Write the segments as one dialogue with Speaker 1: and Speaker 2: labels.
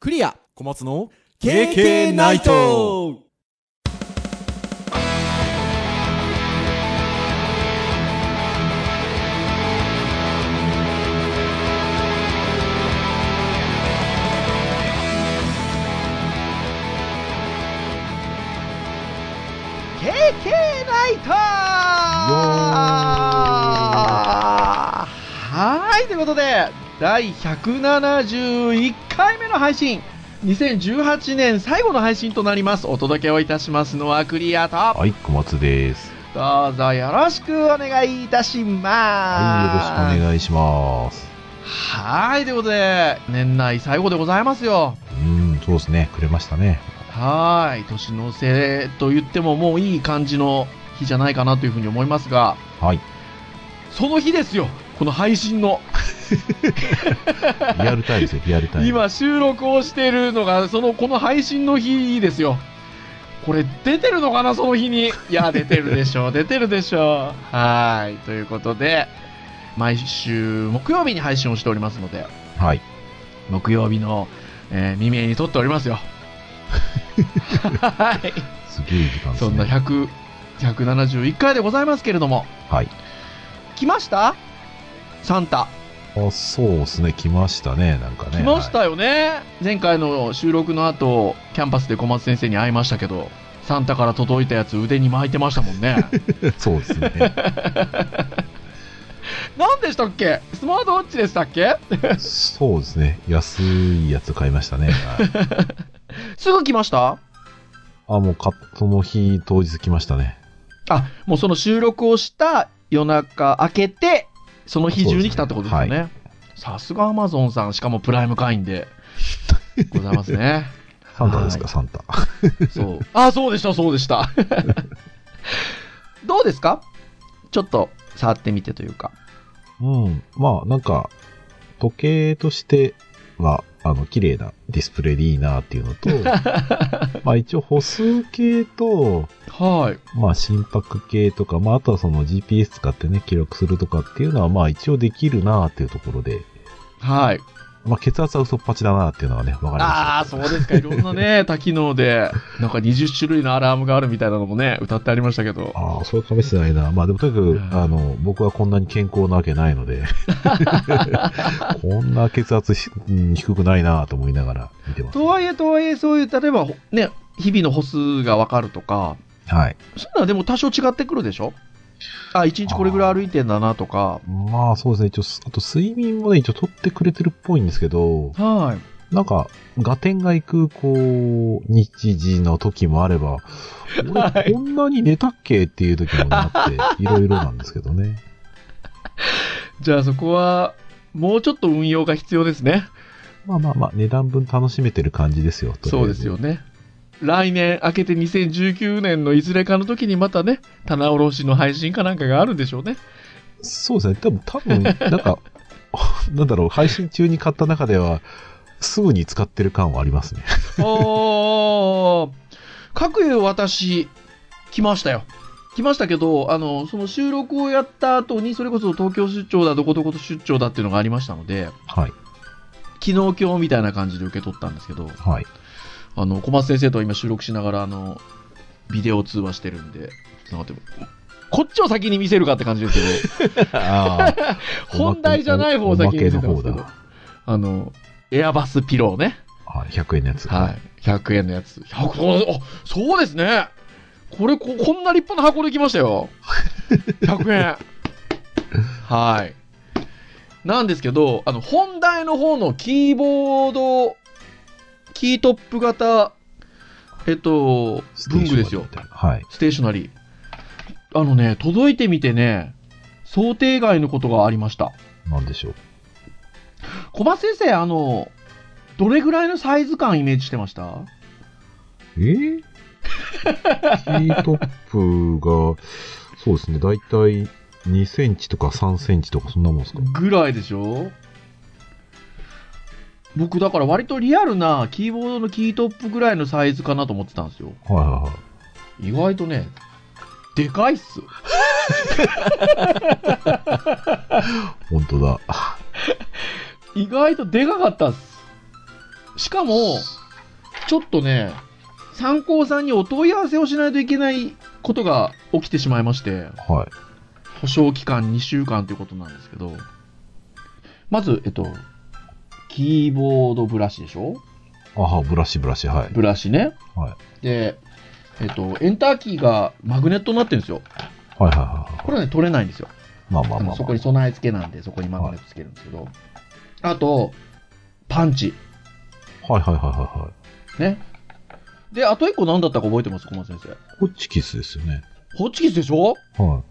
Speaker 1: クリア
Speaker 2: 小松の
Speaker 1: KK ナイト
Speaker 3: はーいということで第171回目の配信2018年最後の配信となりますお届けをいたしますのはクリアと
Speaker 4: はい、小松です。
Speaker 3: どうぞよろしくお願いいたします
Speaker 4: はい、よろしくお願いします。
Speaker 3: はーいということで年内最後でございますよ
Speaker 4: うん、そうですね。くれましたね。
Speaker 3: はーい年の瀬と言ってももういい感じの日じゃないかなというふうに思いますが
Speaker 4: はい。
Speaker 3: その日ですよこの配信の
Speaker 4: リアルタイムですよ、 リアルタイム。
Speaker 3: 今収録をしているのがそのこの配信の日ですよこれ出てるのかなその日にいや出てるでしょう出てるでしょうはーいということで毎週木曜日に配信をしておりますので
Speaker 4: はい。
Speaker 3: 木曜日の、えー未明に撮っておりますよはい
Speaker 4: すげえ時間です
Speaker 3: そんな
Speaker 4: ね。
Speaker 3: 100 171回でございますけれども
Speaker 4: はい。
Speaker 3: 来ましたサンタ
Speaker 4: あ、そうですね。来ましたね、なんかね。
Speaker 3: 来まし
Speaker 4: はい
Speaker 3: たよね、前回の収録の後キャンパスで小松先生に会いましたけどサンタから届いたやつ腕に巻いてましたもんね
Speaker 4: そうですね。
Speaker 3: 何でしたっけスマートウォッチでしたっけ
Speaker 4: そうですね。安いやつ買いましたね。はい
Speaker 3: すぐ来ました
Speaker 4: あ、もうカットの日当日来ましたね。
Speaker 3: あもうその収録をした夜中明けてその日中に来たってことですよ
Speaker 4: そうで
Speaker 3: ねさすがアマゾンさんしかもプライム会員でございます ね
Speaker 4: サンタですか、
Speaker 3: は
Speaker 4: サンタ。
Speaker 3: いそうあそうでしたそうでした どうですかちょっと触ってみてというか
Speaker 4: うん。まあ、なんか、時計としては、あの、綺麗なディスプレイでいいなっていうの と、まあ一応歩数計と、
Speaker 3: はい
Speaker 4: まあ心拍計とか、まああとはその GPS 使ってね、記録するとかっていうのは、まあ一応できるなっていうところで、
Speaker 3: はい
Speaker 4: まあ血圧は嘘っぱちだなっていうのはね、わかりました。
Speaker 3: ああー、そうですか。いろんなね、多機能で、なんか20種類のアラームがあるみたいなのもね、歌ってありましたけど。
Speaker 4: ああ、それ試してないな。まあでもとにか
Speaker 3: うん
Speaker 4: く、あの、僕はこんなに健康なわけないの で、こんな血圧ひうん低くないなと思いながら見てます。
Speaker 3: とはいえ、とはいえ、そういう、例えば、ね、日々の歩数がわかるとか、
Speaker 4: はい。
Speaker 3: そういうのはでも多少違ってくるでしょあ、1日これぐらい歩いてんだなとか。
Speaker 4: まあそうですね、一応、あと睡眠もね、一応取ってくれてるっぽいんですけど、
Speaker 3: はい。
Speaker 4: なんか、合点が行く、こう、日時の時もあれば、
Speaker 3: は
Speaker 4: 俺、
Speaker 3: い
Speaker 4: こんなに寝たっけっていう時もあっ て、いろいろなんですけどね。
Speaker 3: じゃあそこは、もうちょっと運用が必要ですね。
Speaker 4: まあまあまあ、値段分楽しめてる感じですよ、とりあえ
Speaker 3: そう
Speaker 4: ず
Speaker 3: ですよ。ね。来年明けて2019年のいずれかの時にまたね、棚卸しの配信かなんかがあるんでしょうね。
Speaker 4: そうですね、多分、多分、なんか、 なんだろう、配信中に買った中では、すぐに使ってる感はありますね。
Speaker 3: おー、各有私、来ましたよ。来ましたけど、あの、その収録をやった後に、それこそ東京出張だ、どこどこと出張だっていうのがありましたので、
Speaker 4: はい、
Speaker 3: 昨日今日みたいな感じで受け取ったんですけど、
Speaker 4: はい。
Speaker 3: あの、小松先生と今収録しながら、あの、ビデオ通話してるんで、繋がってこっちを先に見せるかって感じですけど、
Speaker 4: ああ、
Speaker 3: 本題じゃない方を先に見せてますけ
Speaker 4: おまけの方
Speaker 3: ど
Speaker 4: だ、
Speaker 3: あの、エアバスピローね。
Speaker 4: はい、100円のやつ。
Speaker 3: はい。100円のやつ。100あ、そうですね。これこ、こんな立派な箱できました よ。100円。はい。なんですけど、あの、本題の方のキーボード、キートップ型、えっと、文具ですよ。
Speaker 4: はい。
Speaker 3: ステーショナリー。あのね、届いてみてね、想定外のことがありました。
Speaker 4: なんでしょう。
Speaker 3: 小松先生、あの、どれぐらいのサイズ感イメージしてました
Speaker 4: えー、キートップが、そうですね、だいたい2センチとか3センチとかそんなもんですか
Speaker 3: ぐらいでしょ僕だから割とリアルなキーボードのキートップぐらいのサイズかなと思ってたんですよ
Speaker 4: はいはいはい。
Speaker 3: 意外とねでかいっす
Speaker 4: 本当だ。
Speaker 3: 意外とでかかったっすしかも、ちょっとね、参考さんにお問い合わせをしないといけないことが起きてしまいまして、
Speaker 4: はい。
Speaker 3: 保証期間2週間ということなんですけど、まず、えっと、キーボードブラシでしょ
Speaker 4: あは、ブラシブラシ、はい。
Speaker 3: ブラシね。
Speaker 4: は
Speaker 3: で、えっと、エンターキーがマグネットになってるんですよ。
Speaker 4: はいはいはいは
Speaker 3: これはね、取れないんですよ。
Speaker 4: い。まあまあ
Speaker 3: あ
Speaker 4: ま
Speaker 3: の
Speaker 4: あ
Speaker 3: そ
Speaker 4: ま
Speaker 3: こに備え付けなんで、そこにマグネットつけるんですけど。あと、パンチ。
Speaker 4: あ。はいはいはいはいは
Speaker 3: ね。で、あと一個何だったか覚えてます小松先生。
Speaker 4: い。ホッチキスですよね。
Speaker 3: ホッチキスでしょ
Speaker 4: は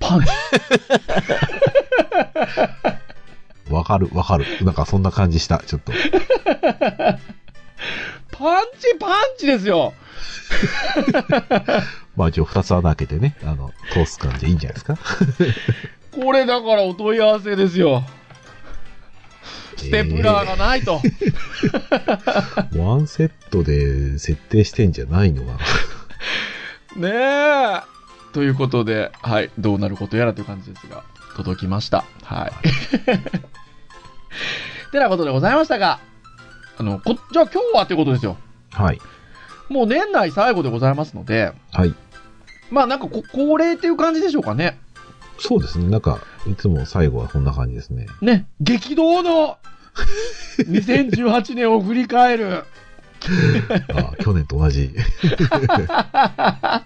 Speaker 3: パンチ。
Speaker 4: い。わかるわかる。なんかそんな感じした。ちょっと。
Speaker 3: パンチ、パンチですよ
Speaker 4: まあ一応二つ穴開けてね、あの、通す感じでいいんじゃないですか。
Speaker 3: これだからお問い合わせですよ。ステップラーがないと。
Speaker 4: ワンセットで設定してんじゃないのが。
Speaker 3: ねえ。ということで、はい、どうなることやらという感じですが、届きました。はい。 てなことでございましたが、あの、こ、じゃあ今日はということですよ。
Speaker 4: はい。
Speaker 3: もう年内最後でございますので、
Speaker 4: はい。
Speaker 3: まあなんかこ恒例っていう感じでしょうかね。
Speaker 4: そうですね。なんか、いつも最後はそんな感じですね。
Speaker 3: ね、激動の 2018年を振り返る。
Speaker 4: あ去年と同じ。
Speaker 3: 果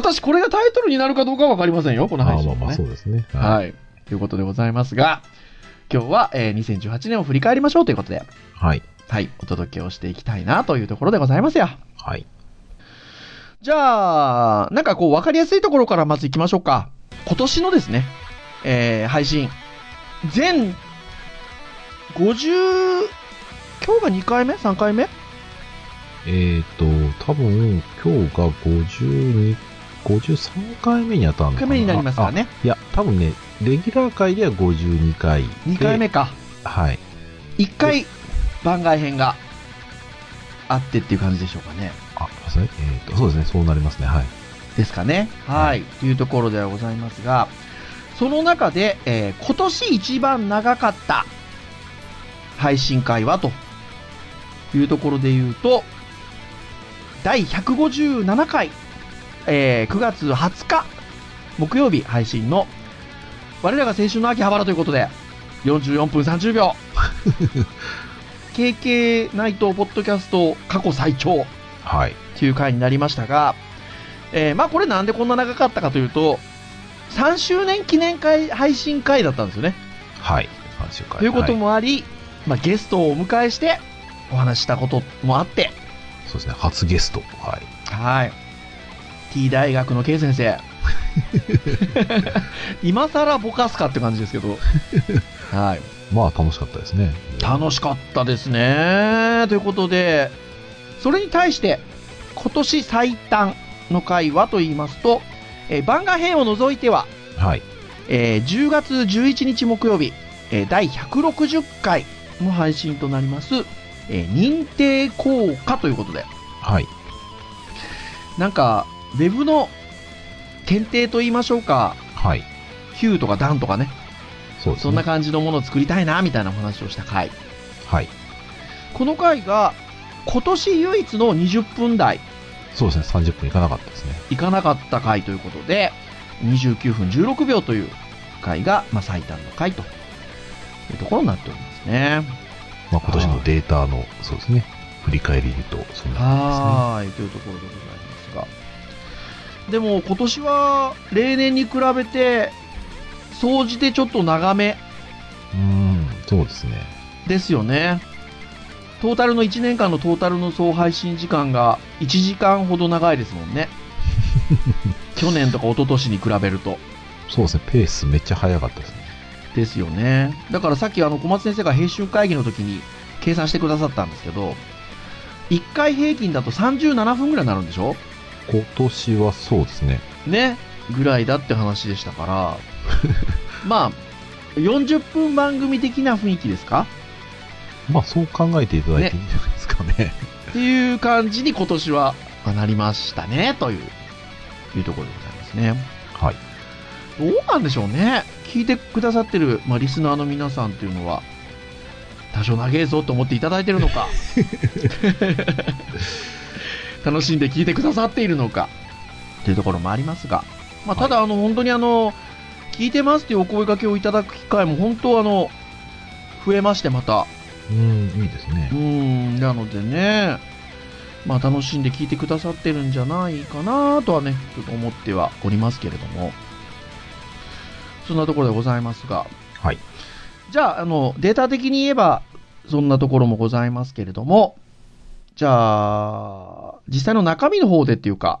Speaker 3: たしてこれがタイトルになるかどうかはわかりませんよ、この
Speaker 4: あ
Speaker 3: 配
Speaker 4: あ
Speaker 3: 信
Speaker 4: まあ
Speaker 3: は、ね。
Speaker 4: まあ、そうですね。い。
Speaker 3: はい。ということでございますが、今日は、えー2018年を振り返りましょうということで、
Speaker 4: はい。
Speaker 3: はい、お届けをしていきたいなというところでございますよ。
Speaker 4: はい。
Speaker 3: じゃあ、なんかこう、わかりやすいところからまず行きましょうか。今年のですね、えー配信、全50、今日が2回目 ?3 回目
Speaker 4: えっ、と、多分、今日が52、53回目に当たるの
Speaker 3: ?1
Speaker 4: かな
Speaker 3: 回目になりますからね。
Speaker 4: あいや、多分ね、レギュラー回では52回。
Speaker 3: 2回。目か。
Speaker 4: はい。
Speaker 3: 1回、番外編があってっていう感じでしょうかね。
Speaker 4: あ、そうですね。えっ、と、そうですね。そうなりますね。はい。
Speaker 3: ですかね。はい。というところではございますが、その中で、えー今年一番長かった配信会はというところで言うと、第157回、えー9月20日、木曜日配信の、我らが青春の秋葉原ということで、44分30秒。KK ナイトポッドキャスト過去最長。
Speaker 4: はい。
Speaker 3: っていう回になりましたが、えーまあこれなんでこんな長かったかというと、3周年記念会配信会だったんですよね。
Speaker 4: はい。3週間。
Speaker 3: ということ
Speaker 4: は
Speaker 3: もあり、まあゲストをお迎えしてお話ししたこともあって、
Speaker 4: いそうですね。初ゲスト。はい。
Speaker 3: はい。T 大学の K 先生。今更ぼかすかって感じですけど。はい。
Speaker 4: まあ、楽しかったですね。
Speaker 3: 楽しかったですね。ということで、それに対して、今年最短の回はと言いますと、えー番外編を除いては、
Speaker 4: はい。
Speaker 3: えー10月11日木曜日、えー第160回の配信となります、えー認定効果ということで、
Speaker 4: はい。
Speaker 3: なんか、ウェブの検定と言いましょうか、
Speaker 4: はい。
Speaker 3: Q とか段とかね、
Speaker 4: そうですね。
Speaker 3: そんな感じのものを作りたいな、みたいなお話をした回。
Speaker 4: はい。
Speaker 3: この回が、今年唯一の20分台
Speaker 4: そうですね。30分いかなかったですね。
Speaker 3: いかなかった回ということで、29分16秒という回が、まあ、最短の回というところになっておりますね。
Speaker 4: まあ、今年のデータの、そうですね。振り返りると、そんな感
Speaker 3: はーい、というところでございますが。でも今年は例年に比べて、総じてちょっと長め
Speaker 4: じですね。うん。そうですね。
Speaker 3: ですよね。トータルの1年間のトータルの総配信時間が1時間ほど長いですもんね。去年とか一昨年に比べると。
Speaker 4: そうですね。ペースめっちゃ早かったですね。
Speaker 3: ですよね。だからさっきあの小松先生が編集会議の時に計算してくださったんですけど、1回平均だと37分ぐらいになるんでしょ
Speaker 4: 今年はそうですね。
Speaker 3: ね、ぐらいだって話でしたから、まあ、40分番組的な雰囲気ですか
Speaker 4: まあ、そう考えていただいていいんじゃないですかね。
Speaker 3: っていう感じに今年はまあなりましたね、という、いうところでございますね。
Speaker 4: はい。
Speaker 3: どうなんでしょうね。聞いてくださってる、まあ、リスナーの皆さんっていうのは、多少長えぞと思っていただいてるのか楽しんで聞いてくださっているのかというところもありますが、まあ、ただあの、本当にあの聞いてますというお声掛けをいただく機会も本当あの増えましてまた
Speaker 4: うん、いいです
Speaker 3: う
Speaker 4: ね。
Speaker 3: んなのでね、まあ、楽しんで聞いてくださってるんじゃないかなとはねちょっと思ってはおりますけれどもそんなところでございますが
Speaker 4: はい。
Speaker 3: じゃあ、あの、データ的に言えば、そんなところもございますけれども、じゃあ、実際の中身の方でっていうか、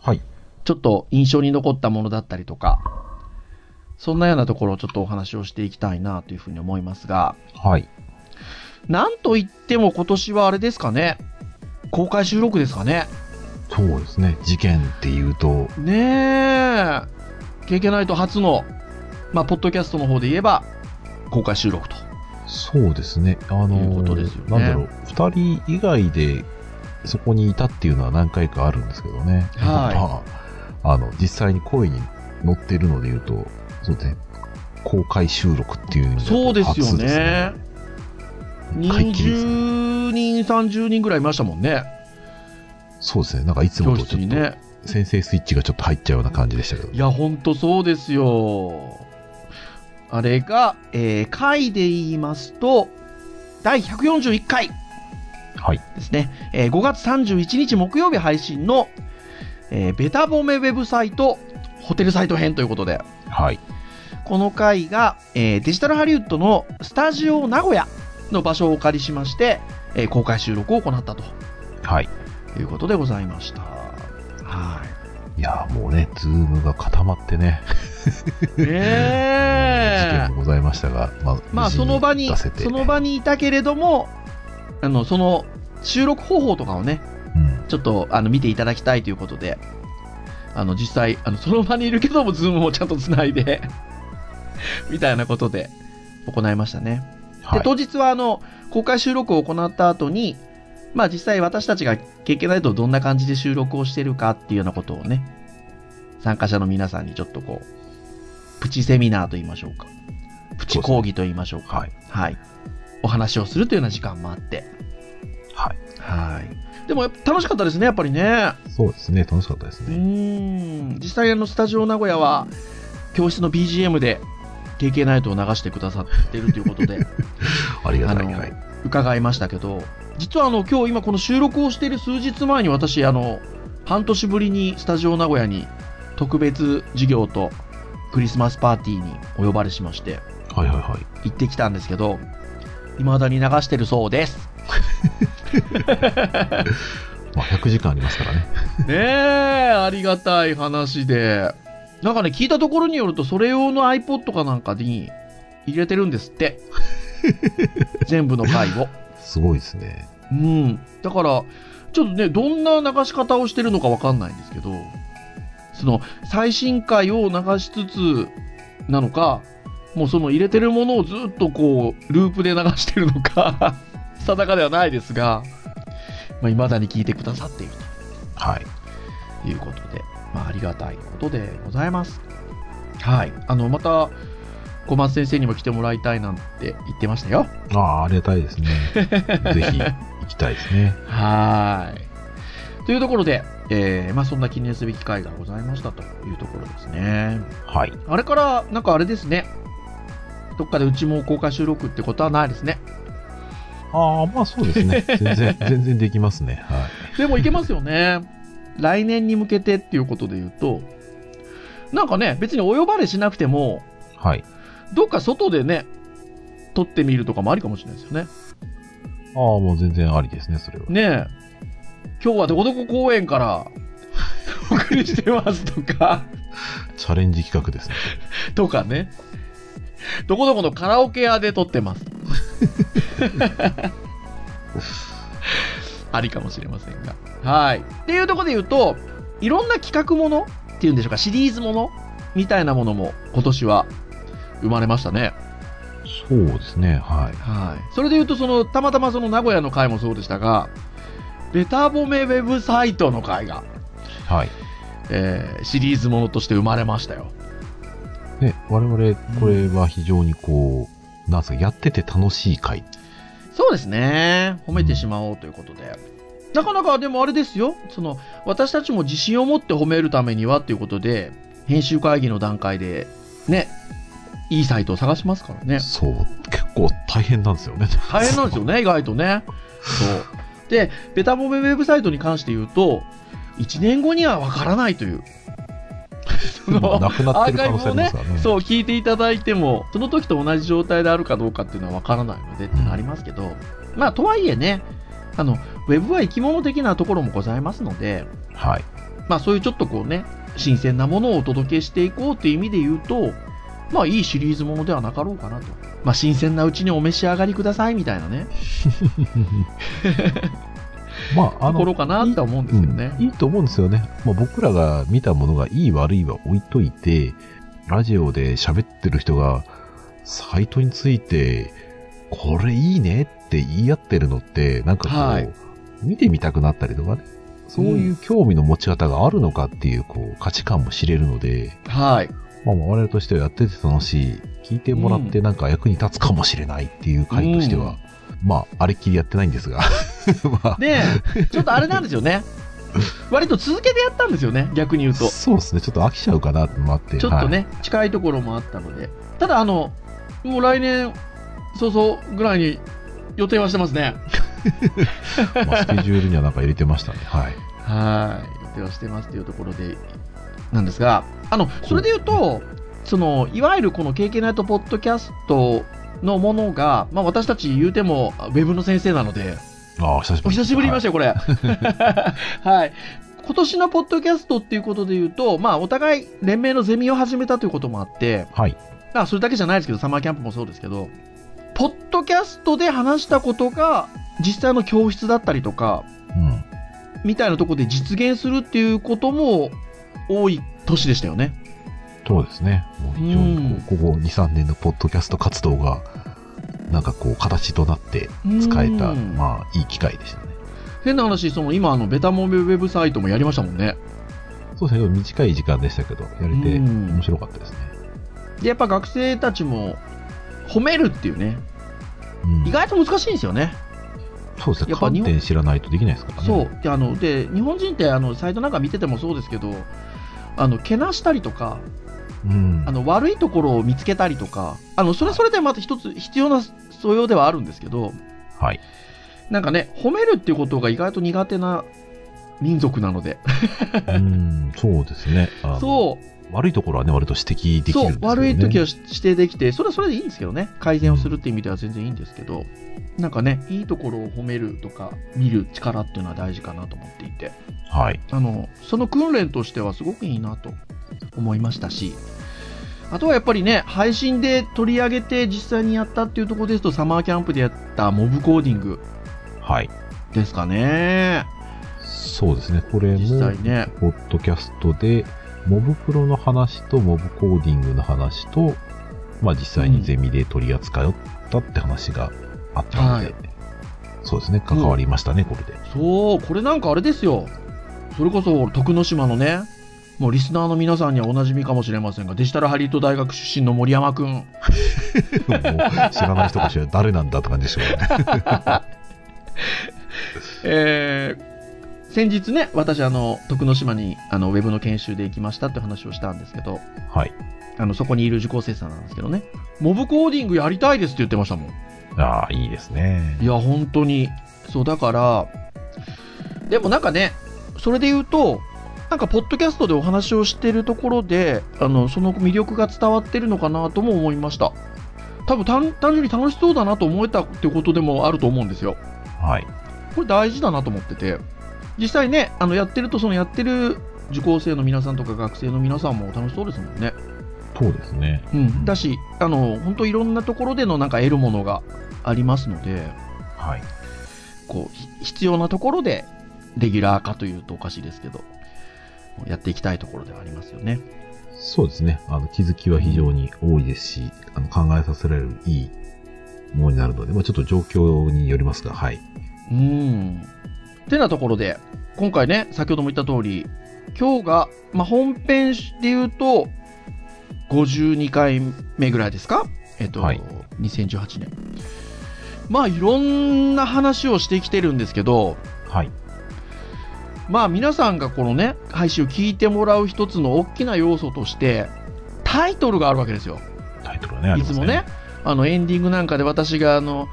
Speaker 4: はい。
Speaker 3: ちょっと印象に残ったものだったりとか、そんなようなところをちょっとお話をしていきたいなというふうに思いますが、
Speaker 4: はい。
Speaker 3: なんといっても今年はあれですかね、公開収録ですかね。
Speaker 4: そうですね。事件っていうと、
Speaker 3: ねえ、経験ないと初の、まあ、ポッドキャストの方で言えば、公開収録と。
Speaker 4: そうですね。あのー
Speaker 3: いうことですよね
Speaker 4: なんだろう。二人以外でそこにいたっていうのは何回かあるんですけどね。
Speaker 3: はい
Speaker 4: まあ、あの、実際に声に乗ってるので言うと、そうですね。公開収録っていうのが
Speaker 3: そうですよ
Speaker 4: 初で
Speaker 3: ね。
Speaker 4: すね。解禁ですね
Speaker 3: 20人、30人ぐらいいましたもんね、
Speaker 4: そうですね。なんかいつも
Speaker 3: 教
Speaker 4: と
Speaker 3: 室
Speaker 4: ちょ
Speaker 3: に
Speaker 4: っと、
Speaker 3: ね。
Speaker 4: 先生スイッチがちょっと入っちゃうような感じでしたけど。
Speaker 3: いや、ほんとそうですよ。あれが、えー回で言いますと、第141回
Speaker 4: はい。
Speaker 3: ですね、えー5月31日木曜日配信の、えーベタ褒めウェブサイト、ホテルサイト編ということで、
Speaker 4: はい。
Speaker 3: この回が、えーデジタルハリウッドのスタジオ名古屋の場所をお借りしまして、えー公開収録を行ったと。
Speaker 4: はい。
Speaker 3: ということでございました。はい
Speaker 4: やーもうね、ズームが固まってね、
Speaker 3: い。ね
Speaker 4: 事件
Speaker 3: え
Speaker 4: も。ございましたが、まあ、
Speaker 3: まあ
Speaker 4: 無事
Speaker 3: その場に
Speaker 4: 出せて
Speaker 3: その場にいたけれども、あのその収録方法とかをね、
Speaker 4: うん、
Speaker 3: ちょっとあの見ていただきたいということで、あの実際あのその場にいるけどもズームをちゃんとつないで みたいなことで行いましたね。
Speaker 4: は
Speaker 3: で
Speaker 4: い。
Speaker 3: 当日はあの公開収録を行った後に、まあ、実際私たちが経験ないとどんな感じで収録をしてるかっていうようなことをね参加者の皆さんにちょっとこうプチセミナーと言いましょうかプチ講義と言いましょうか
Speaker 4: はい。
Speaker 3: はい、お話をするというような時間もあって
Speaker 4: はい。
Speaker 3: はいでもやっぱ楽しかったですねやっぱりね
Speaker 4: そうですね、楽しかったです
Speaker 3: うー
Speaker 4: ね。
Speaker 3: ん実際あのスタジオ名古屋は教室の BGM で KK ナイトを流してくださってるということで
Speaker 4: ありが
Speaker 3: あ
Speaker 4: た
Speaker 3: の
Speaker 4: い。はい。
Speaker 3: 伺いましたけど実はあの今日今この収録をしている数日前に私あの半年ぶりにスタジオ名古屋に特別授業とクリスマスパーティーにお呼ばれしまして
Speaker 4: はいはいはい。
Speaker 3: 行ってきたんですけど未だに流してるそうです
Speaker 4: まあ、100時間ありますからね。
Speaker 3: ねえありがたい話でなんかね聞いたところによるとそれ用の iPod かなんかに入れてるんですって全部の回を
Speaker 4: すごいですね。
Speaker 3: うん、だからちょっとねどんな流し方をしてるのかわかんないんですけどその最新回を流しつつなのかもうその入れてるものをずっとこうループで流してるのか定かではないですが、まあ、未だに聞いてくださっている
Speaker 4: はい。
Speaker 3: ということで、まあ、ありがたいことでございます。はい、あのまた小松先生にも来てもらいたいなんて言ってましたよ。
Speaker 4: ああ、ありがたい ですね。ぜひ、行きたいですね。
Speaker 3: はーい。というところで、えーまあ、そんな記念すべき回がございましたというところですね。
Speaker 4: はい。
Speaker 3: あれから、なんかあれですね。どっかでうちも公開収録ってことはないですね。
Speaker 4: ああ、まあそうですね。全 然、全然できますね。はい。
Speaker 3: でもいけますよ ね。来年に向けてっていうことで言うと、なんかね、別にお呼ばれしなくても、
Speaker 4: はい。
Speaker 3: どっか外でね、撮ってみるとかもありかもしれないですよね。
Speaker 4: ああ、もう全然ありですね、それは。
Speaker 3: ねえ、今日はどこどこ公園から お送りしてますとか。
Speaker 4: チャレンジ企画ですね。
Speaker 3: とかね。どこどこのカラオケ屋で撮ってます。ありかもしれませんが。はい。っていうところで言うと、いろんな企画ものっていうんでしょうか、シリーズものみたいなものも今年は生まれましたね。
Speaker 4: そうですね、はい。
Speaker 3: はい。それで言うと、その、たまたまその名古屋の回もそうでしたが、ベタ褒めウェブサイトの回が、
Speaker 4: はい。
Speaker 3: えーシリーズものとして生まれましたよ。
Speaker 4: ね、我々、これは非常にこう、なんすか、やってて楽しい回
Speaker 3: そうですね。褒めてしまおうということで。なかなかでもあれですよ。その、私たちも自信を持って褒めるためにはっていうことで、編集会議の段階で、ね、いいサイトを探しますからね。
Speaker 4: そう、結構大変なんですよね。
Speaker 3: 大変なんですよね、意外とね。そう。で、ベタ褒めウェブサイトに関して言うと、1年後にはわからないという。 そ
Speaker 4: そう。 もう
Speaker 3: の
Speaker 4: なくなってる可能性ありますからね。
Speaker 3: そう聞いていただいても、その時と同じ状態であるかどうかっていうのはわからないのでってなりますけど、まあ、とはいえね、あの、ウェブは生き物的なところもございますので、
Speaker 4: はい。
Speaker 3: まあ、そういうちょっとこうね、新鮮なものをお届けしていこうっていう意味で言うと、まあ、いいシリーズものではなかろうかなと。まあ、新鮮なうちにお召し上がりくださいみたいなね、
Speaker 4: まあ、あ
Speaker 3: ところ
Speaker 4: の、
Speaker 3: かなって思うんですよね。
Speaker 4: いいと思うんですよね。まあ、僕らが見たものがいい悪いは置いといて、ラジオで喋ってる人が、サイトについて、これいいねって言い合ってるのって、なんかこう、
Speaker 3: はい
Speaker 4: 見てみたくなったりとかね。そういう興味の持ち方があるのかっていう、こう、価値観も知れるので、
Speaker 3: はい。
Speaker 4: まあ、我々としてはやってて楽しい、聞いてもらってなんか役に立つかもしれないっていう回としては、まあ、あれっきりやってないんですが、 まあ、
Speaker 3: で、ちょっとあれなんです よね。割と続けてやったんですよね、逆に言うと。
Speaker 4: そうですね、ちょっと飽きちゃうかなってのもあって、
Speaker 3: ちょっとね、近いところもあったので。ただ、あの、もう来年、早々ぐらいに予定はしてますね。
Speaker 4: はいまあ、スケジュールにはなんか入れてましたね。はい。
Speaker 3: はい。予定はしてますというところで、なんですが、あの、それで言うと、その、いわゆるこの KK ナイトポッドキャストのものが、まあ私たち言うても、ウェブの先生なので、
Speaker 4: ああ、久しぶ
Speaker 3: お
Speaker 4: り。
Speaker 3: 久しぶりに言いま
Speaker 4: し
Speaker 3: し
Speaker 4: た
Speaker 3: よ、こ れ。はい。今年のポッドキャストっていうことで言うと、まあ、お互い連盟のゼミを始めたということもあって、
Speaker 4: た。はい。
Speaker 3: まあ、それだけじゃないですけど、サマーキャンプもそうですけど、ポッドキャストで話したことが、実際の教室だったりとか、
Speaker 4: うん。
Speaker 3: みたいなところで実現するっていうことも多い年でしたよね。
Speaker 4: そうですね。もう非常
Speaker 3: うん
Speaker 4: にこう、ここ2、3年のポッドキャスト活動が、なんかこう、形となって使えた、
Speaker 3: うん
Speaker 4: まあ、いい機会でしたね。
Speaker 3: 変な話、その今、あの、ベタモメウェブサイトもやりましたもんね。
Speaker 4: そうですね、短い時間でしたけど、やれて
Speaker 3: うん
Speaker 4: 面白かったですね。
Speaker 3: で、やっぱ学生たちも、褒めるっていうね、
Speaker 4: うん
Speaker 3: 意外と難しいんですよね。
Speaker 4: そうですね、
Speaker 3: やっぱ日
Speaker 4: 観
Speaker 3: 本
Speaker 4: 点知らないとできないですからね。
Speaker 3: そうであので日本人ってあのサイトなんか見ててもそうですけどあのけなしたりとか
Speaker 4: うん。
Speaker 3: あの悪いところを見つけたりとかあのそれはそれでまた一つ必要な素養ではあるんですけど
Speaker 4: はい。
Speaker 3: なんかね褒めるっていうことが意外と苦手な民族なので
Speaker 4: うん、 そうですね。あの
Speaker 3: そう
Speaker 4: 悪いところはね、割と指摘できるん
Speaker 3: そ
Speaker 4: で
Speaker 3: う
Speaker 4: すけど、ね。
Speaker 3: 悪い時はし指定できてそれはそれでいいんですけどね改善をするっていう意味では全然いいんですけどなんかねいいところを褒めるとか見る力っていうのは大事かなと思っていて
Speaker 4: はい。
Speaker 3: あのその訓練としてはすごくいいなと思いましたしあとはやっぱりね配信で取り上げて実際にやったっていうところですとサマーキャンプでやったモブコーディング
Speaker 4: はい。
Speaker 3: ですかね
Speaker 4: そうですね。これも
Speaker 3: 実際、ね
Speaker 4: ポッドキャストで、モブプロの話とモブコーディングの話と、まあ実際にゼミで取り扱ったって話があったので、
Speaker 3: はい
Speaker 4: そうですね、関わりましたね、これで。
Speaker 3: そうこれなんかあれですよそれこそ徳之島のねもうリスナーの皆さんにはおなじみかもしれませんがデジタルハリウッド大学出身の森山くん
Speaker 4: もう知らない人かしら誰なんだって感じでしょうね。
Speaker 3: えー先日ね私あの徳之島にあのウェブの研修で行きましたって話をしたんですけど
Speaker 4: はい。
Speaker 3: あの、そこにいる受講生さんなんですけどね。モブコーディングやりたいですって言ってましたもん。
Speaker 4: ああ、いいですね
Speaker 3: い。や、本当に。そう、だから、でもなんかね、それで言うと、なんか、ポッドキャストでお話をしてるところで、あの、その魅力が伝わってるのかなとも思いました。多分単、単純に楽しそうだなと思えたってことでもあると思うんですよ。
Speaker 4: はい。
Speaker 3: これ大事だなと思ってて、実際ね、あの、やってると、そのやってる受講生の皆さんとか学生の皆さんも楽しそうですもんね。
Speaker 4: そうですね。
Speaker 3: うん、だし、あの、本当いろんなところでのなんか得るものがありますので、
Speaker 4: はい。
Speaker 3: こう、ひ必要なところで、レギュラー化というとおかしいですけど、やっていきたいところではありますよね。
Speaker 4: そうですね。あの、気づきは非常に多いですし、あの考えさせられるいいものになるので、まあちょっと状況によりますが、はい。
Speaker 3: うん。てなところで、今回ね、先ほども言った通り、今日が、まあ、本編で言うと、52回目ぐらいですかえっと、
Speaker 4: はい
Speaker 3: 2018年。まあいろんな話をしてきてるんですけど、
Speaker 4: はい。
Speaker 3: まあ皆さんがこのね、配信を聞いてもらう一つの大きな要素として、タイトルがあるわけですよ。
Speaker 4: タイトルはね、あり
Speaker 3: い
Speaker 4: ま
Speaker 3: つ
Speaker 4: す
Speaker 3: も
Speaker 4: ね。
Speaker 3: ね、あのエンディングなんかで私があの、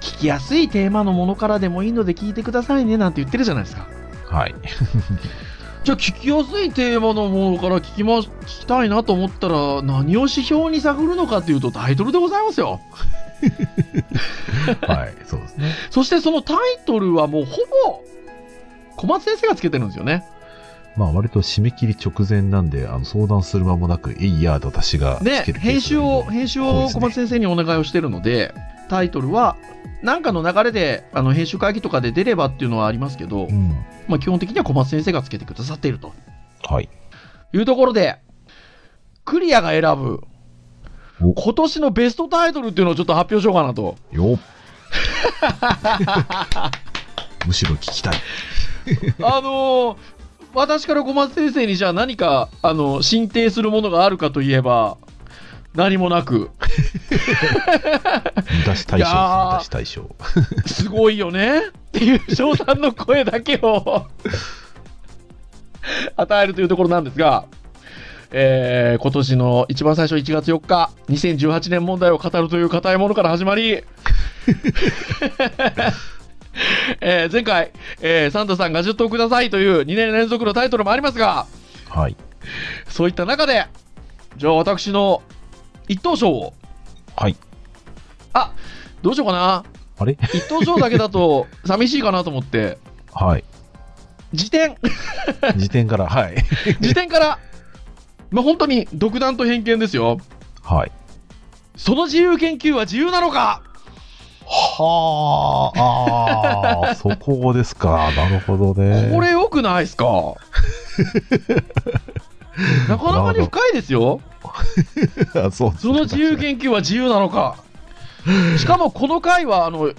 Speaker 3: 聞きやすいテーマのものからでもいいので聞いてくださいねなんて言ってるじゃないですか。
Speaker 4: はい。
Speaker 3: じゃあ聞きやすいテーマのものから聞き,、ま、聞きたいなと思ったら何を指標に探るのかというとタイトルでございますよ
Speaker 4: はい。そうですね。
Speaker 3: そしてそのタイトルはもうほぼ小松先生がつけてるんですよね
Speaker 4: まあ割と締め切り直前なんで、あの相談する間もなく、えいやーと私がつ
Speaker 3: で
Speaker 4: けるケー
Speaker 3: 編
Speaker 4: ス
Speaker 3: 集
Speaker 4: が
Speaker 3: を
Speaker 4: 多いので
Speaker 3: 編集
Speaker 4: 多いで
Speaker 3: を
Speaker 4: す
Speaker 3: 小
Speaker 4: ね
Speaker 3: 松先生にお願いをしてるのでタイトルは何かの流れであの編集会議とかで出ればっていうのはありますけど、
Speaker 4: うん。
Speaker 3: まあ、基本的には小松先生がつけてくださっていると
Speaker 4: はい。
Speaker 3: いうところでクリアが選ぶ
Speaker 4: お
Speaker 3: 今年のベストタイトルっていうのをちょっと発表しようか なと
Speaker 4: よっむしろ聞きたい。
Speaker 3: あのー私から小松先生にじゃあ何か、あのー進呈するものがあるかといえば、何もなく。
Speaker 4: 見出し対象
Speaker 3: いやー
Speaker 4: 見出し対象。
Speaker 3: すごいよねっていう賞賛の声だけを 与えるというところなんですが、えー今年の一番最初1月4日、2018年問題を語るという固いものから始まり、 えー前回、えーサンタさんが10頭くださいという2年連続のタイトルもありますが、
Speaker 4: はい。
Speaker 3: そういった中で、じゃあ私の一等賞を、
Speaker 4: はい。
Speaker 3: どうしようかな。
Speaker 4: あれ
Speaker 3: 一等賞だけだと寂しいかなと思って、
Speaker 4: はい。
Speaker 3: 辞典、
Speaker 4: 時点から、はい。
Speaker 3: 辞典から、まあ、本当に独断と偏見ですよ。
Speaker 4: はい。
Speaker 3: その自由研究は自由なのか
Speaker 4: はあ、あーそこですか。なるほどね。
Speaker 3: これ良くないですかなかなかに深いですよ。
Speaker 4: あそう
Speaker 3: その自由研究は自由なのか。しかもこの回は、あの、い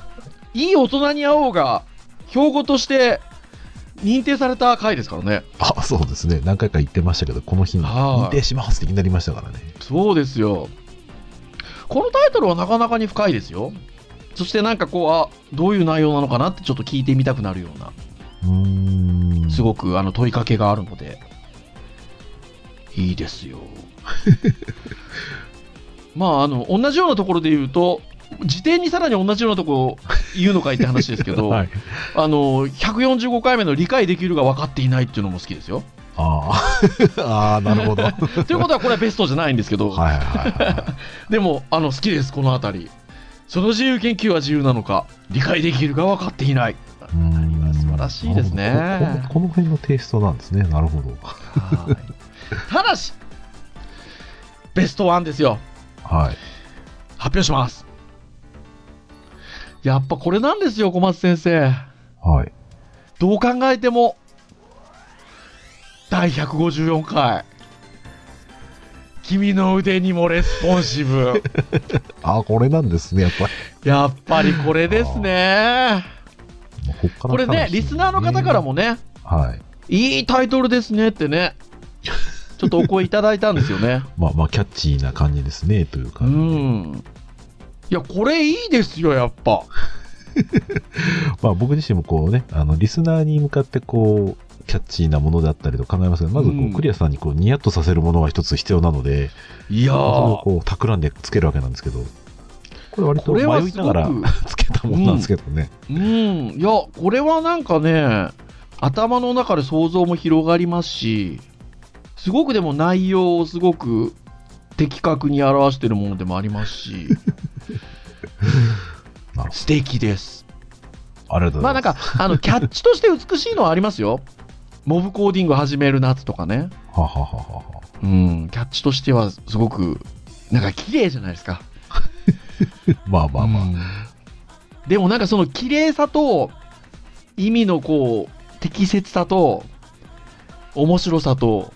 Speaker 3: い大人に会おうが、標語として認定された回ですからね。
Speaker 4: あ、そうですね。何回か言ってましたけど、この日に
Speaker 3: はい
Speaker 4: 認定しますっていきなりましたからね。
Speaker 3: そうですよ。このタイトルはなかなかに深いですよ。そしてなんかこう、あ、どういう内容なのかなってちょっと聞いてみたくなるような、
Speaker 4: うーん。
Speaker 3: すごくあの問いかけがあるので、いいですよ。 まあ、あの、同じようなところで言うと、辞典にさらに同じようなところを言うのかいって話ですけ ど、
Speaker 4: はい。
Speaker 3: あの、145回目の理解できるが分かっていないっていうのも好きですよ。
Speaker 4: あーあー、なるほど。はい
Speaker 3: ということはこれはベストじゃないんですけど、
Speaker 4: はいはいは
Speaker 3: でも、あの、好きです、この辺り。その自由研究は自由なのか、理解できるか分かっていない。
Speaker 4: い。うーん
Speaker 3: 素晴らしいですね
Speaker 4: なるほどこここの辺のテイストなんですね。なるほど。
Speaker 3: ただし、ベストワンですよ。
Speaker 4: はい。
Speaker 3: 発表します。やっぱこれなんですよ、小松先生。
Speaker 4: はい。
Speaker 3: どう考えても、第154回。君の腕にもレスポンシブ。
Speaker 4: あーこれなんですね、やっぱ
Speaker 3: やっぱりこれです
Speaker 4: り。
Speaker 3: ね。
Speaker 4: もうこっから
Speaker 3: これね、
Speaker 4: 楽しみ
Speaker 3: リスナーの方から。もね、
Speaker 4: はい。
Speaker 3: いいタイトルですねってね、ちょっとお声いただいたんです よね。
Speaker 4: まあまあ、キャッチーな感じですね、という
Speaker 3: う
Speaker 4: 感じで。
Speaker 3: ん。いや、これいいですよ、やっぱ。
Speaker 4: まあ、僕自身もこうね、あの、リスナーに向かってこう、キャッチーなものだったりと考えますけど、まずこ
Speaker 3: う
Speaker 4: う、
Speaker 3: ん
Speaker 4: クリアさんにこう、ニヤッとさせるものが一つ必要なので、
Speaker 3: いや
Speaker 4: それを
Speaker 3: ー、
Speaker 4: こう、企んでつけるわけなんですけど、これ割と
Speaker 3: これは
Speaker 4: 迷い
Speaker 3: す
Speaker 4: な
Speaker 3: ご
Speaker 4: が
Speaker 3: く、
Speaker 4: らつけたもんなんですけどね。
Speaker 3: うん。いや、これはなんかね、頭の中で想像も広がりますし、すごくでも内容をすごく的確に表してるものでもありま すし
Speaker 4: なるほど、
Speaker 3: 素敵です。
Speaker 4: ありがとうご
Speaker 3: ま
Speaker 4: ざ
Speaker 3: あ
Speaker 4: い
Speaker 3: な
Speaker 4: ま
Speaker 3: ん
Speaker 4: す。
Speaker 3: か、あの、キャッチとして美しいのはあります よ。モブコーディング始める夏とかね。
Speaker 4: ははははは
Speaker 3: うん、キャッチとしてはすごく、なんか綺麗じゃないですか。
Speaker 4: まあまあまあ。
Speaker 3: うんでもなんかその綺麗さと、意味のこう、適切さと、面白さと、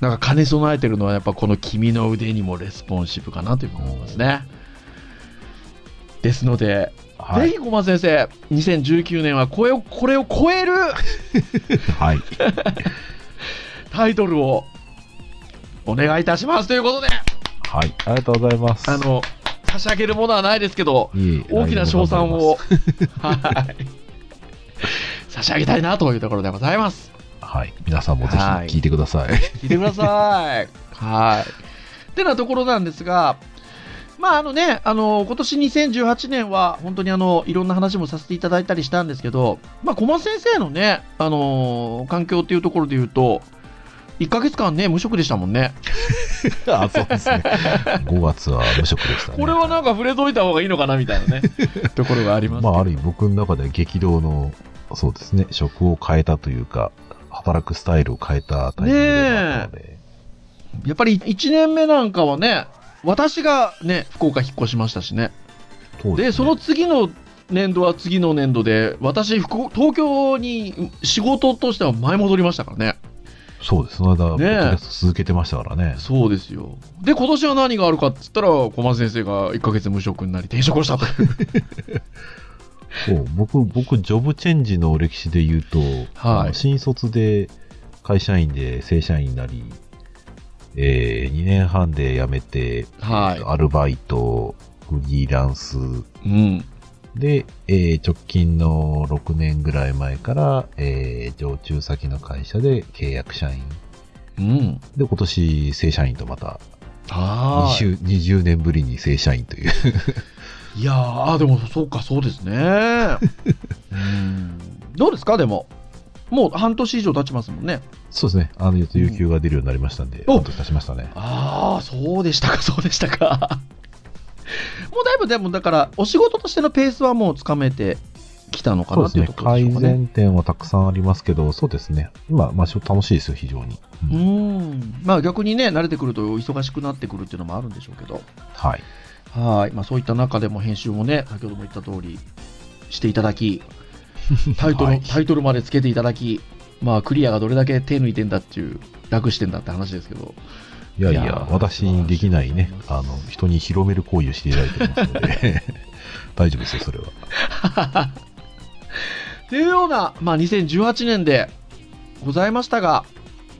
Speaker 3: なんか兼ね備えてるのはやっぱこの君の腕にもレスポンシブかなというふうに思いますね。ですので、
Speaker 4: は
Speaker 3: ぜ
Speaker 4: い。
Speaker 3: ひ小松先生、2019年はこれを、これを超える
Speaker 4: はい。
Speaker 3: タイトルをお願いいたしますということで、
Speaker 4: はい。ありがとうございます。
Speaker 3: あの、差し上げるものはないですけど、
Speaker 4: いえ
Speaker 3: 大きな賞賛。
Speaker 4: 何でも頑張りま
Speaker 3: を、はい。差し上げたいなというところでございます。
Speaker 4: すはい。皆さんもぜひ聞いてくだ さい。
Speaker 3: 聞いてください。はい。ってなところなんですが、まああのね、あの、今年2018年は、本当にあの、いろんな話もさせていただいたりしたんですけど、まあ小松先生のね、あの環境っていうところで言うと、1ヶ月間ね、無職でしたもんね。
Speaker 4: あ、そうですね。5月は無職でしたね。
Speaker 3: これはなんか触れといた方がいいのかなみたい なね、ところがありますけ
Speaker 4: ま
Speaker 3: ど。
Speaker 4: あ、ある意味僕の中で激動の、そうですね、職を変えたというか、働くスタイルを変えたタイミングでもあったので、
Speaker 3: やっぱり1年目なんかはね、私がね、福岡引っ越しましたしね。
Speaker 4: そう
Speaker 3: で、
Speaker 4: ですね
Speaker 3: その次の年度は次の年度で、私、福岡東京に仕事としては前戻りましたからね。
Speaker 4: そうです。その間、ポッド
Speaker 3: ね
Speaker 4: キ
Speaker 3: え
Speaker 4: ャスト続けてましたからね。
Speaker 3: そうですよ。で、今年は何があるかって言ったら、小松先生が1ヶ月無職になり転職をしたという。
Speaker 4: そう僕、僕、ジョブチェンジの歴史で言うと、あの新卒で会社員で正社員になり、え2年半で辞めて、
Speaker 3: は
Speaker 4: アルバイト、フリーランス、
Speaker 3: い。うん。
Speaker 4: で、えー直近の6年ぐらい前から、えー常駐先の会社で契約社員。
Speaker 3: うん。
Speaker 4: で、今年正社員とまた
Speaker 3: は
Speaker 4: 20, 20年ぶりに正社員という。
Speaker 3: い。いやー、でも、そうか、そうですね。 うん。どうですか、でも。もう半年以上経ちますもんね。
Speaker 4: そうですね。あの、やっと有給が出るようになりましたんで、
Speaker 3: お
Speaker 4: 半年経ちましたね。
Speaker 3: ああ、そうでしたか、 そうでしたか。もうだいぶでも、だから、お仕事としてのペースはもうつかめてきたのか
Speaker 4: そう
Speaker 3: な
Speaker 4: で
Speaker 3: って
Speaker 4: すね。
Speaker 3: いうところでしょ
Speaker 4: 改
Speaker 3: うかね。
Speaker 4: 善点はたくさんありますけど、そうですね。今、まあ、楽しいですよ、非常に。う
Speaker 3: う
Speaker 4: ん
Speaker 3: ん。まあ逆にね、慣れてくると忙しくなってくるっていうのもあるんでしょうけど。
Speaker 4: はい。
Speaker 3: はい。まあそういった中でも編集もね、先ほども言った通り、していた だき、タイトル、
Speaker 4: はい
Speaker 3: タイトルまでつけていただき、まあクリアがどれだけ手抜いてんだっていう、楽してんだって話ですけど。
Speaker 4: いやいや、
Speaker 3: いやー
Speaker 4: 私にできないね、
Speaker 3: 素晴ら
Speaker 4: あ
Speaker 3: しい
Speaker 4: の、人に広める行為をしていただいてますの で、大丈夫ですよ、それは。
Speaker 3: というような、まあ、2018年でございましたが、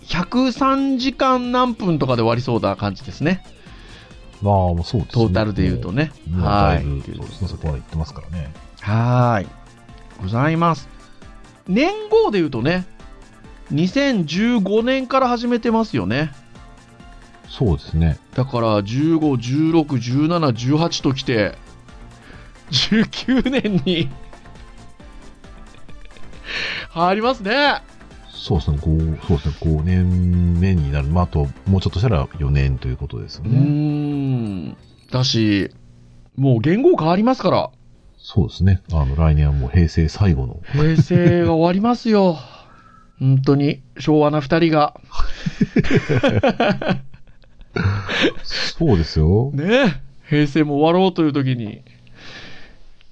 Speaker 3: 103時間何分とかで終わりそうな感じですね。
Speaker 4: まあ、もうそうですね
Speaker 3: トータルで言うとね。
Speaker 4: もう
Speaker 3: は
Speaker 4: だい
Speaker 3: い。
Speaker 4: ぶ、
Speaker 3: とい
Speaker 4: そう
Speaker 3: うこと
Speaker 4: ですねそこは言ってますからね。
Speaker 3: はーい。ございます。年号で言うとね、2015年から始めてますよね。
Speaker 4: そうですね。
Speaker 3: だから、15、16、17、18ときて、19年に入りますね。
Speaker 4: そうですね、5、そうですね、5年目になる。まあ、あと、もうちょっとしたら4年ということですよ
Speaker 3: うー
Speaker 4: ね。
Speaker 3: ん。だし、もう言語変わりますから。
Speaker 4: そうですね。あの、来年はもう平成最後の。
Speaker 3: 平成が終わりますよ。本当に、昭和な二人が。
Speaker 4: そうですよ。
Speaker 3: ねえ平成も終わろうという時に、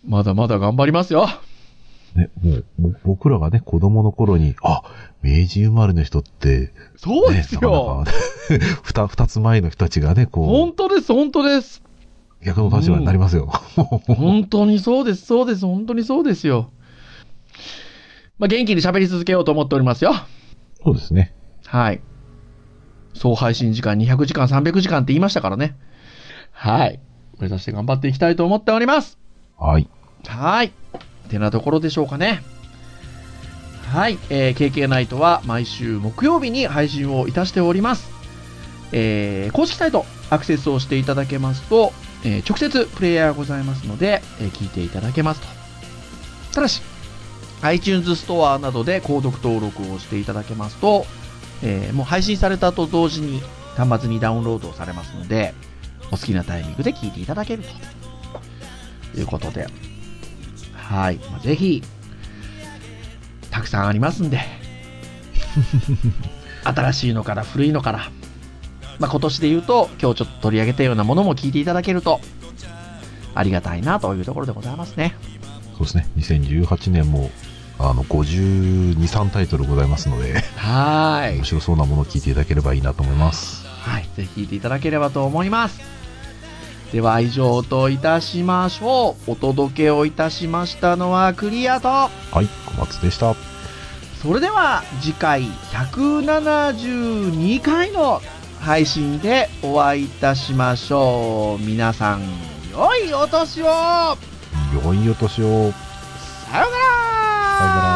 Speaker 3: まだまだ頑張りますよ。
Speaker 4: ね、もう、もう僕らがね、子供の頃に、あ、明治生まれの人って、
Speaker 3: そうで
Speaker 4: ね、
Speaker 3: すよ。
Speaker 4: かなか、ふた、 二つ前の人たちがね、こ
Speaker 3: 本当です、本当です。
Speaker 4: う、逆の立場になりますよ。
Speaker 3: 本当にそうです、そうです、本当にそうですよ。まあ、元気に喋り続けようと思っておりますよ。
Speaker 4: そうですね。
Speaker 3: はい。総配信時間200時間、300時間って言いましたからね。はい。目指して頑張っていきたいと思っております。
Speaker 4: はい。
Speaker 3: はい。てなところでしょうかね。はい。えー KK ナイトは毎週木曜日に配信をいたしております。えー公式サイトアクセスをしていただけますと、えー直接プレイヤーがございますので、えー聞いていただけますと。ただし、iTunes ストアなどで購読登録をしていただけますと、えーもう配信されたと同時に端末にダウンロードされますので、お好きなタイミングで聞いていただけるということで、はい。まあぜひ、たくさんありますんで、 新しいのから古いのから、まあ、今年で言うと、今日ちょっと取り上げたようなものも聞いていただけると、ありがたいなというところでございますね。
Speaker 4: そうですね。2018年も、あの、52、3タイトルございますので、
Speaker 3: は
Speaker 4: 面白そうなものを聞いていただければいいなと思います。
Speaker 3: はい。ぜひ聞いていただければと思います。では、以上といたしましょう。お届けをいたしましたのはクリアと、
Speaker 4: はい、小松でした。
Speaker 3: それでは次回172回の配信でお会いいたしましょう。皆さん、
Speaker 4: 良いお年を
Speaker 3: 良いお年
Speaker 4: さ
Speaker 3: を。
Speaker 4: よなら
Speaker 3: さよなら